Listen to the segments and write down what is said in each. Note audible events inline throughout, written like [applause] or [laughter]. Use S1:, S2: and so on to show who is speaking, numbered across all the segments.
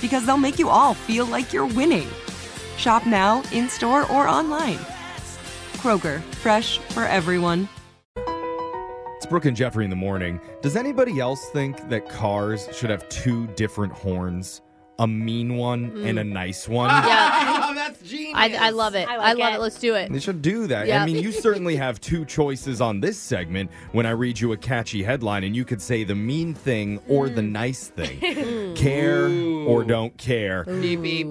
S1: because they'll make you all feel like you're winning. Shop now, in store, or online. Kroger, fresh for everyone.
S2: It's Brooke and Jeffrey in the morning. Does anybody else think that cars should have two different horns? A mean one and a nice one?
S3: Mm.
S4: [laughs]
S3: Yeah.
S4: Oh, that's genius.
S3: I, I love it. I,
S5: I like
S3: love
S5: it.
S3: it. Let's do
S2: [laughs]
S3: it.
S2: They should do that.
S3: Yeah.
S2: I mean, you certainly have two choices on this segment when I read you a catchy headline, and you could say the mean thing or
S3: Mm.
S2: the
S3: [laughs]
S2: nice thing. care or don't care.
S3: Mm.
S4: Beep, beep.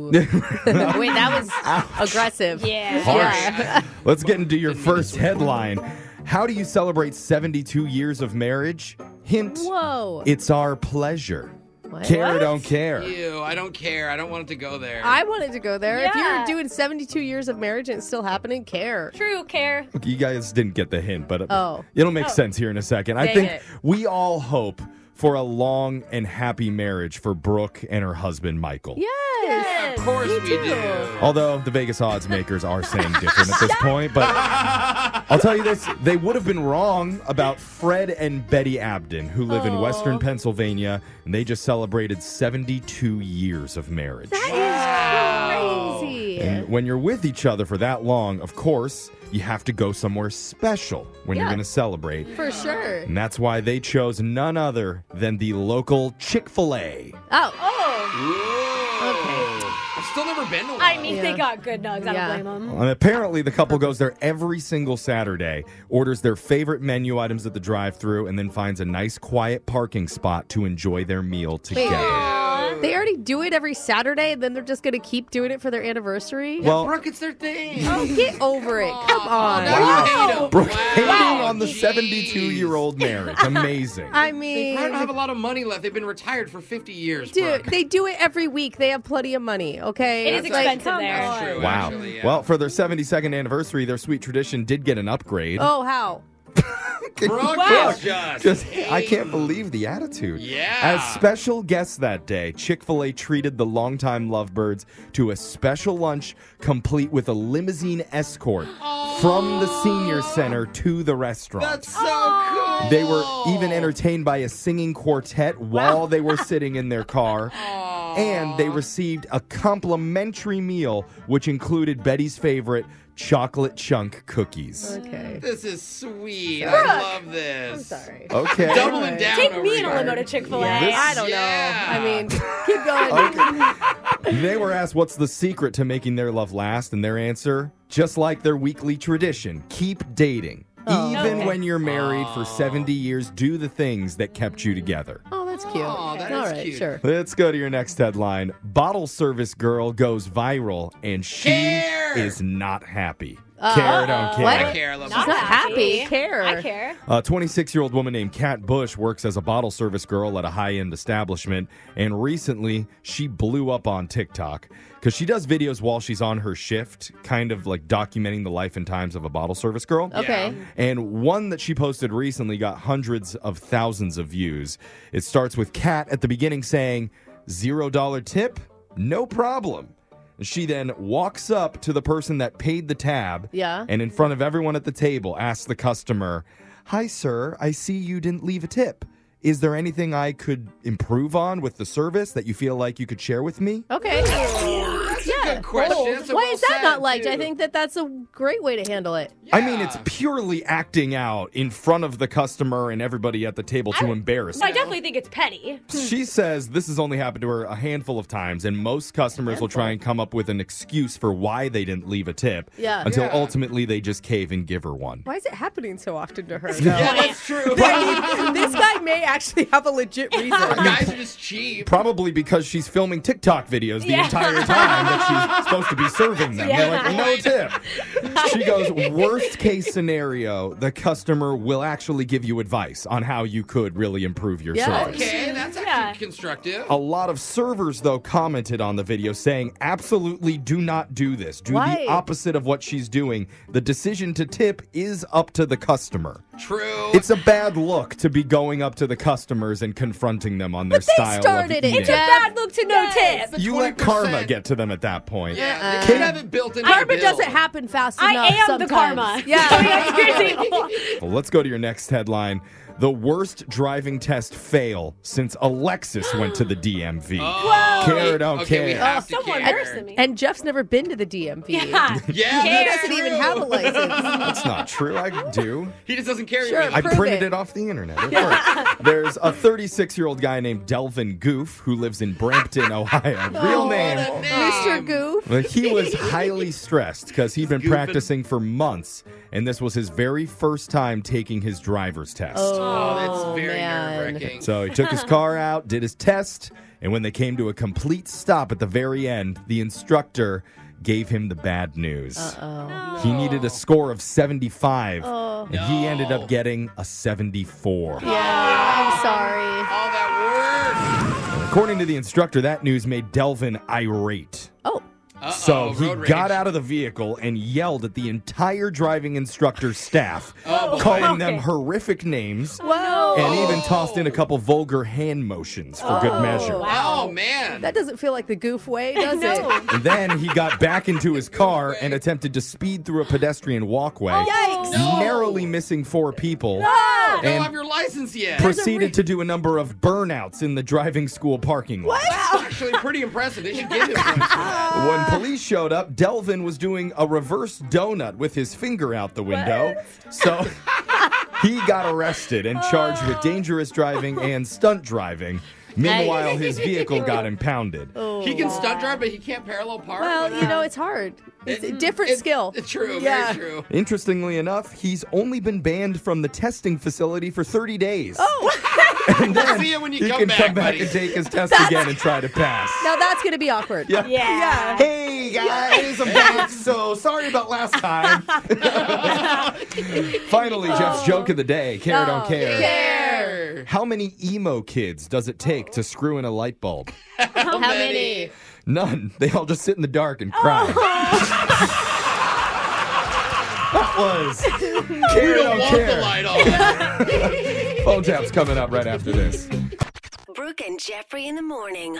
S3: Wait, that was aggressive.
S5: Yeah.
S2: Harsh.
S3: [laughs]
S2: Let's get into your first headline. How do you celebrate 72 years of marriage? Hint
S3: Whoa.
S2: it's our pleasure.
S3: What?
S2: Care or don't care.
S4: Ew, I don't care. I don't want it to go there.
S3: I wanted to go there. If
S5: Yeah.
S3: you're doing 72 years of marriage and it's still happening, care.
S5: True care.
S2: Look, You guys didn't get the hint, but uh,
S3: Oh.
S2: it'll make sense here in a second. I
S3: Dang
S2: think
S3: it.
S2: we all hope for a long and happy marriage for Brooke and her husband, Michael.
S3: Yes.
S4: of course we do.
S2: Although the Vegas odds makers are saying different at this point, but I'll tell you this: they would have been wrong about Fred and Betty Abden, who live in Western Pennsylvania, and they just celebrated 72 years of marriage.
S3: That is crazy.
S2: And when you're with each other for that long, of course, you have to go somewhere special when you're
S3: Yeah.
S2: going to celebrate.
S3: For sure.
S2: And that's why they chose none other than the local Chick fil A.
S3: Oh,
S5: Oh,
S4: Okay. I've still never been to one.
S5: I mean, they
S3: Yeah.
S5: got good nugs. I
S3: Yeah.
S5: don't blame them.
S2: And apparently, the couple goes there every single Saturday, orders their favorite menu items at the drive through, and then finds a nice, quiet parking spot to enjoy their meal together.
S3: they already do it every Saturday, and then they're just going to keep doing it for their [laughs] anniversary.
S2: Well,
S4: Brooke, it's their thing.
S3: Oh, get over it. Come on.
S4: Now you hate 'em.
S2: Brooke
S4: Wow.
S2: hating on the
S4: Jeez.
S2: 72 year
S4: [laughs]
S2: old marriage. Amazing.
S3: I
S4: They probably don't have
S3: mean,
S4: a lot of money left. They've been retired for 50 years.
S3: dude,
S4: Brooke.
S3: they do it every week. They have plenty of money, okay?
S5: It is
S3: It's
S5: expensive
S3: come
S5: there.
S3: on.
S4: That's true,
S2: Wow.
S4: actually, yeah.
S2: Well, for their 72nd anniversary, their sweet tradition did get an upgrade.
S3: Oh, how?
S4: Brooke
S5: Wow.
S4: is just.
S2: Just, I can't believe the attitude.
S4: Yeah.
S2: As special guests that day, Chick fil A treated the longtime lovebirds to a special lunch complete with a limousine escort from the senior center to the restaurant.
S4: That's so cool.
S2: they were even entertained by a singing quartet while they were sitting in their
S4: [laughs]
S2: car. And they received a complimentary meal, which included Betty's favorite chocolate chunk cookies.
S3: Okay.
S4: This is sweet. I love this.
S3: I'm sorry.
S2: Okay.
S4: Doubling down.
S5: Take
S4: over
S5: me in a
S4: here.
S5: limo to Chick Fil A.
S2: This-
S3: I don't
S4: Yeah.
S3: know. I mean, keep going.
S2: They were asked what's the secret to making their love last, and their answer, just like their weekly tradition, keep dating. Even
S5: Okay.
S2: when you're married for 70 years, do the things that kept you together.
S3: Oh, that's cute.
S4: Aw, that
S3: All
S4: is
S3: right,
S4: cute.
S3: sure.
S2: Let's go to your next headline. Bottle service girl goes viral and she
S4: Care.
S2: is not happy. care, don't care.
S4: I care. I love
S3: She's
S4: my
S3: not
S4: life.
S3: happy. Care.
S5: I care.
S2: A 26 year old woman named Kat Bush works as a bottle service girl at a high end establishment, and recently she blew up on TikTok because she does videos while she's on her shift, kind of like documenting the life and times of a bottle service girl.
S3: Okay.
S2: And one that she posted recently got hundreds of thousands of views. It starts with Kat at the beginning saying, Zero dollar tip? No problem. She then walks up to the person that paid the tab
S3: Yeah.
S2: and in front of everyone at the table asks the customer, Hi, sir, I see you didn't leave a tip. Is there anything I could improve on with the service that you feel like you could share with me?
S3: Okay.
S4: That's
S3: Yeah.
S4: a good question.
S3: Bold.
S4: That's a
S3: Why
S4: well
S3: is that
S4: said,
S3: not liked?
S4: too.
S3: I think that that's a great way to handle it.
S2: I mean, it's
S4: Yeah.
S2: purely acting out in front of the customer and everybody at the table to embarrass
S5: I definitely think it's petty.
S3: [laughs]
S2: She says this has only happened to her a handful of times, and most customers will try and come up with an excuse for why they didn't leave a tip
S3: Yeah.
S2: until
S4: Yeah.
S2: ultimately they just cave and give her one.
S6: Why is it happening so often to her?
S3: [laughs]
S4: Yeah, that's true.
S6: this guy may actually have a legit reason.
S4: Guys are just cheap.
S2: Probably because she's filming TikTok videos the
S5: Yeah.
S2: entire time that
S3: [laughs]
S2: she's supposed to be serving them. They're like, no tip. She goes, worst case scenario, the customer will actually give you advice on how you could really improve your
S3: Yeah.
S2: service.
S4: Okay, that's actually
S5: Yeah.
S4: constructive.
S2: A lot of servers, though, commented on the video saying, absolutely do not do this. Do
S3: Why?
S2: the opposite of what she's doing. The decision to tip is up to the customer.
S4: True.
S2: It's a bad look to be going up to the customers and confronting them on their
S3: They
S2: style.
S3: started
S2: of
S3: it.
S2: eating.
S3: Jeff.
S5: Bad look to no
S3: Yes.
S5: tip.
S2: You let
S4: 20%.
S2: karma get to them at that point.
S4: yeah,
S3: Uh-uh.
S4: they should have it built in. their
S3: Karma
S4: bill.
S3: doesn't happen fast
S5: I
S3: enough.
S5: am the
S3: sometimes.
S5: karma. [laughs]
S3: Yeah.
S5: I mean, that's
S3: [laughs]
S5: crazy.
S2: Well, let's go to your next headline. The worst driving test fail since Alexis went to the DMV. Care, don't
S4: Oh. okay, We
S2: care.
S4: have
S3: Oh,
S4: to
S5: Someone
S4: care.
S5: worse than me.
S3: And Jeff's never been to the DMV.
S5: yeah.
S4: Yeah,
S3: He
S4: that's
S3: doesn't
S4: true.
S3: even have
S6: [laughs]
S3: a license.
S2: That's not true. I do.
S4: He just doesn't care.
S3: Sure.
S4: really.
S2: I
S3: Prove
S2: printed
S3: it.
S2: it. off the internet. It worked. There's a 36 year old guy named Delvin Goof who lives in Brampton, Ohio. Real name.
S3: Mr. Goof.
S2: Well, he was highly stressed because he'd been practicing for months, and this was his very first time taking his driver's test.
S4: Oh, that's very
S3: man.
S4: nerve-wracking.
S2: So he took his car out, did his test, and when they came to a complete stop at the very end, the instructor gave him the bad news. Uh-oh. He needed a score of 75, and he ended up getting a 74.
S3: Yeah, I'm sorry.
S4: all that
S2: According to the instructor, that news made Delvin irate.
S3: Oh,
S4: work. Uh-oh,
S2: So he
S4: road rage.
S2: got out of the vehicle and yelled at the entire driving instructor staff,
S4: [laughs] Oh, boy.
S2: calling them horrific names,
S3: wow.
S2: and even tossed in a couple vulgar hand motions for good measure.
S4: Oh. Oh man.
S3: That doesn't feel like the goof
S5: [laughs]
S3: way, does it?
S2: And then he got back into
S4: [laughs]
S2: his car and attempted to speed through a pedestrian walkway,
S3: Yikes.
S4: Oh, No.
S2: narrowly missing four people,
S4: I don't have
S2: and
S4: your license yet.
S2: proceeded to do a number of burnouts in the driving school parking lot.
S4: That's actually pretty impressive. They should give him points
S3: [laughs]
S4: for that.
S2: When police showed up, Delvin was doing a reverse donut with his finger out the window. So [laughs] he got arrested and charged with dangerous driving and stunt driving. Meanwhile, his vehicle got impounded.
S4: He can stunt drive, but he can't parallel park.
S3: Well, you know, it's hard. It's a different
S4: It's-
S3: skill.
S4: It's true.
S3: Yeah.
S4: Very true.
S2: Interestingly enough, he's only been banned from the testing facility for 30 days. Oh, and then
S4: See you when you
S2: he
S4: come
S2: can
S4: back,
S2: come back
S4: buddy.
S2: and take his test again and try to pass.
S3: Now that's going to be awkward.
S2: Yeah.
S5: Yeah.
S2: Hey guys, I'm
S4: [laughs]
S2: back. So sorry about last time. Finally, Jeff's
S4: Oh.
S2: joke of the day. Care or don't care.
S4: Care.
S2: How many emo kids does it take to screw in a light bulb?
S3: How many?
S2: None. They all just sit in the dark and cry.
S4: Oh.
S2: [laughs] that
S4: [laughs]
S2: was care or
S4: Don't
S2: don't
S4: want the
S2: care.
S4: light
S3: [laughs]
S4: on.
S2: Phone tap's coming up right after this.
S7: Brooke and Jeffrey in the morning.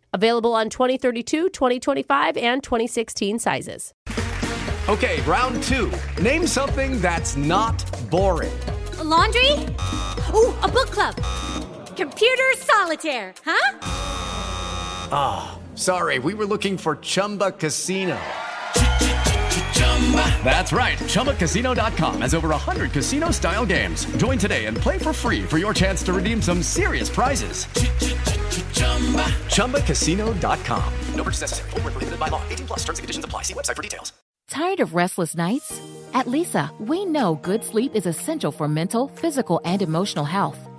S3: Available on 2032, 2025, and 2016 sizes.
S8: Okay, round two. Name something that's not boring.
S5: laundry? Ooh, a book club. Computer solitaire, huh?
S8: Sorry, we were looking for Chumba Casino. That's right. ChumbaCasino.com has over 100 casino style games. Join today and play for free for your chance to redeem some serious prizes. ChumbaCasino.com. No purchase necessary. Void where prohibited by law. 18 plus terms and conditions apply. See website for details.
S9: Tired of restless nights? At Lisa, we know good sleep is essential for mental, physical, and emotional health.